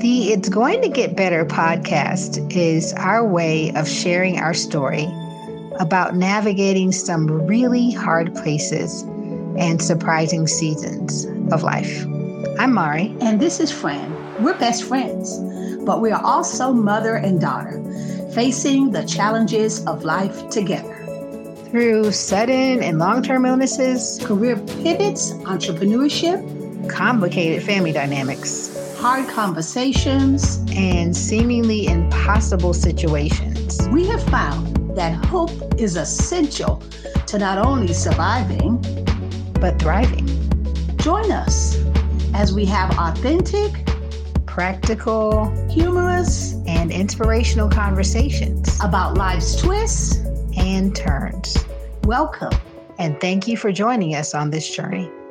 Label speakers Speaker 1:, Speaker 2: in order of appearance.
Speaker 1: The It's Going to Get Better podcast is our way of sharing our story about navigating some really hard places and surprising seasons of life. I'm Mari.
Speaker 2: And this is Fran. We're best friends, but we are also mother and daughter, facing the challenges of life together.
Speaker 1: Through sudden and long term illnesses,
Speaker 2: Career pivots, entrepreneurship,
Speaker 1: complicated family dynamics,
Speaker 2: hard conversations,
Speaker 1: and seemingly impossible situations.
Speaker 2: we have found that hope is essential to not only surviving,
Speaker 1: But thriving,
Speaker 2: join us as we have authentic,
Speaker 1: practical,
Speaker 2: humorous,
Speaker 1: and inspirational conversations
Speaker 2: about life's twists.
Speaker 1: and turns.
Speaker 2: Welcome.
Speaker 1: And thank you for joining us on this journey.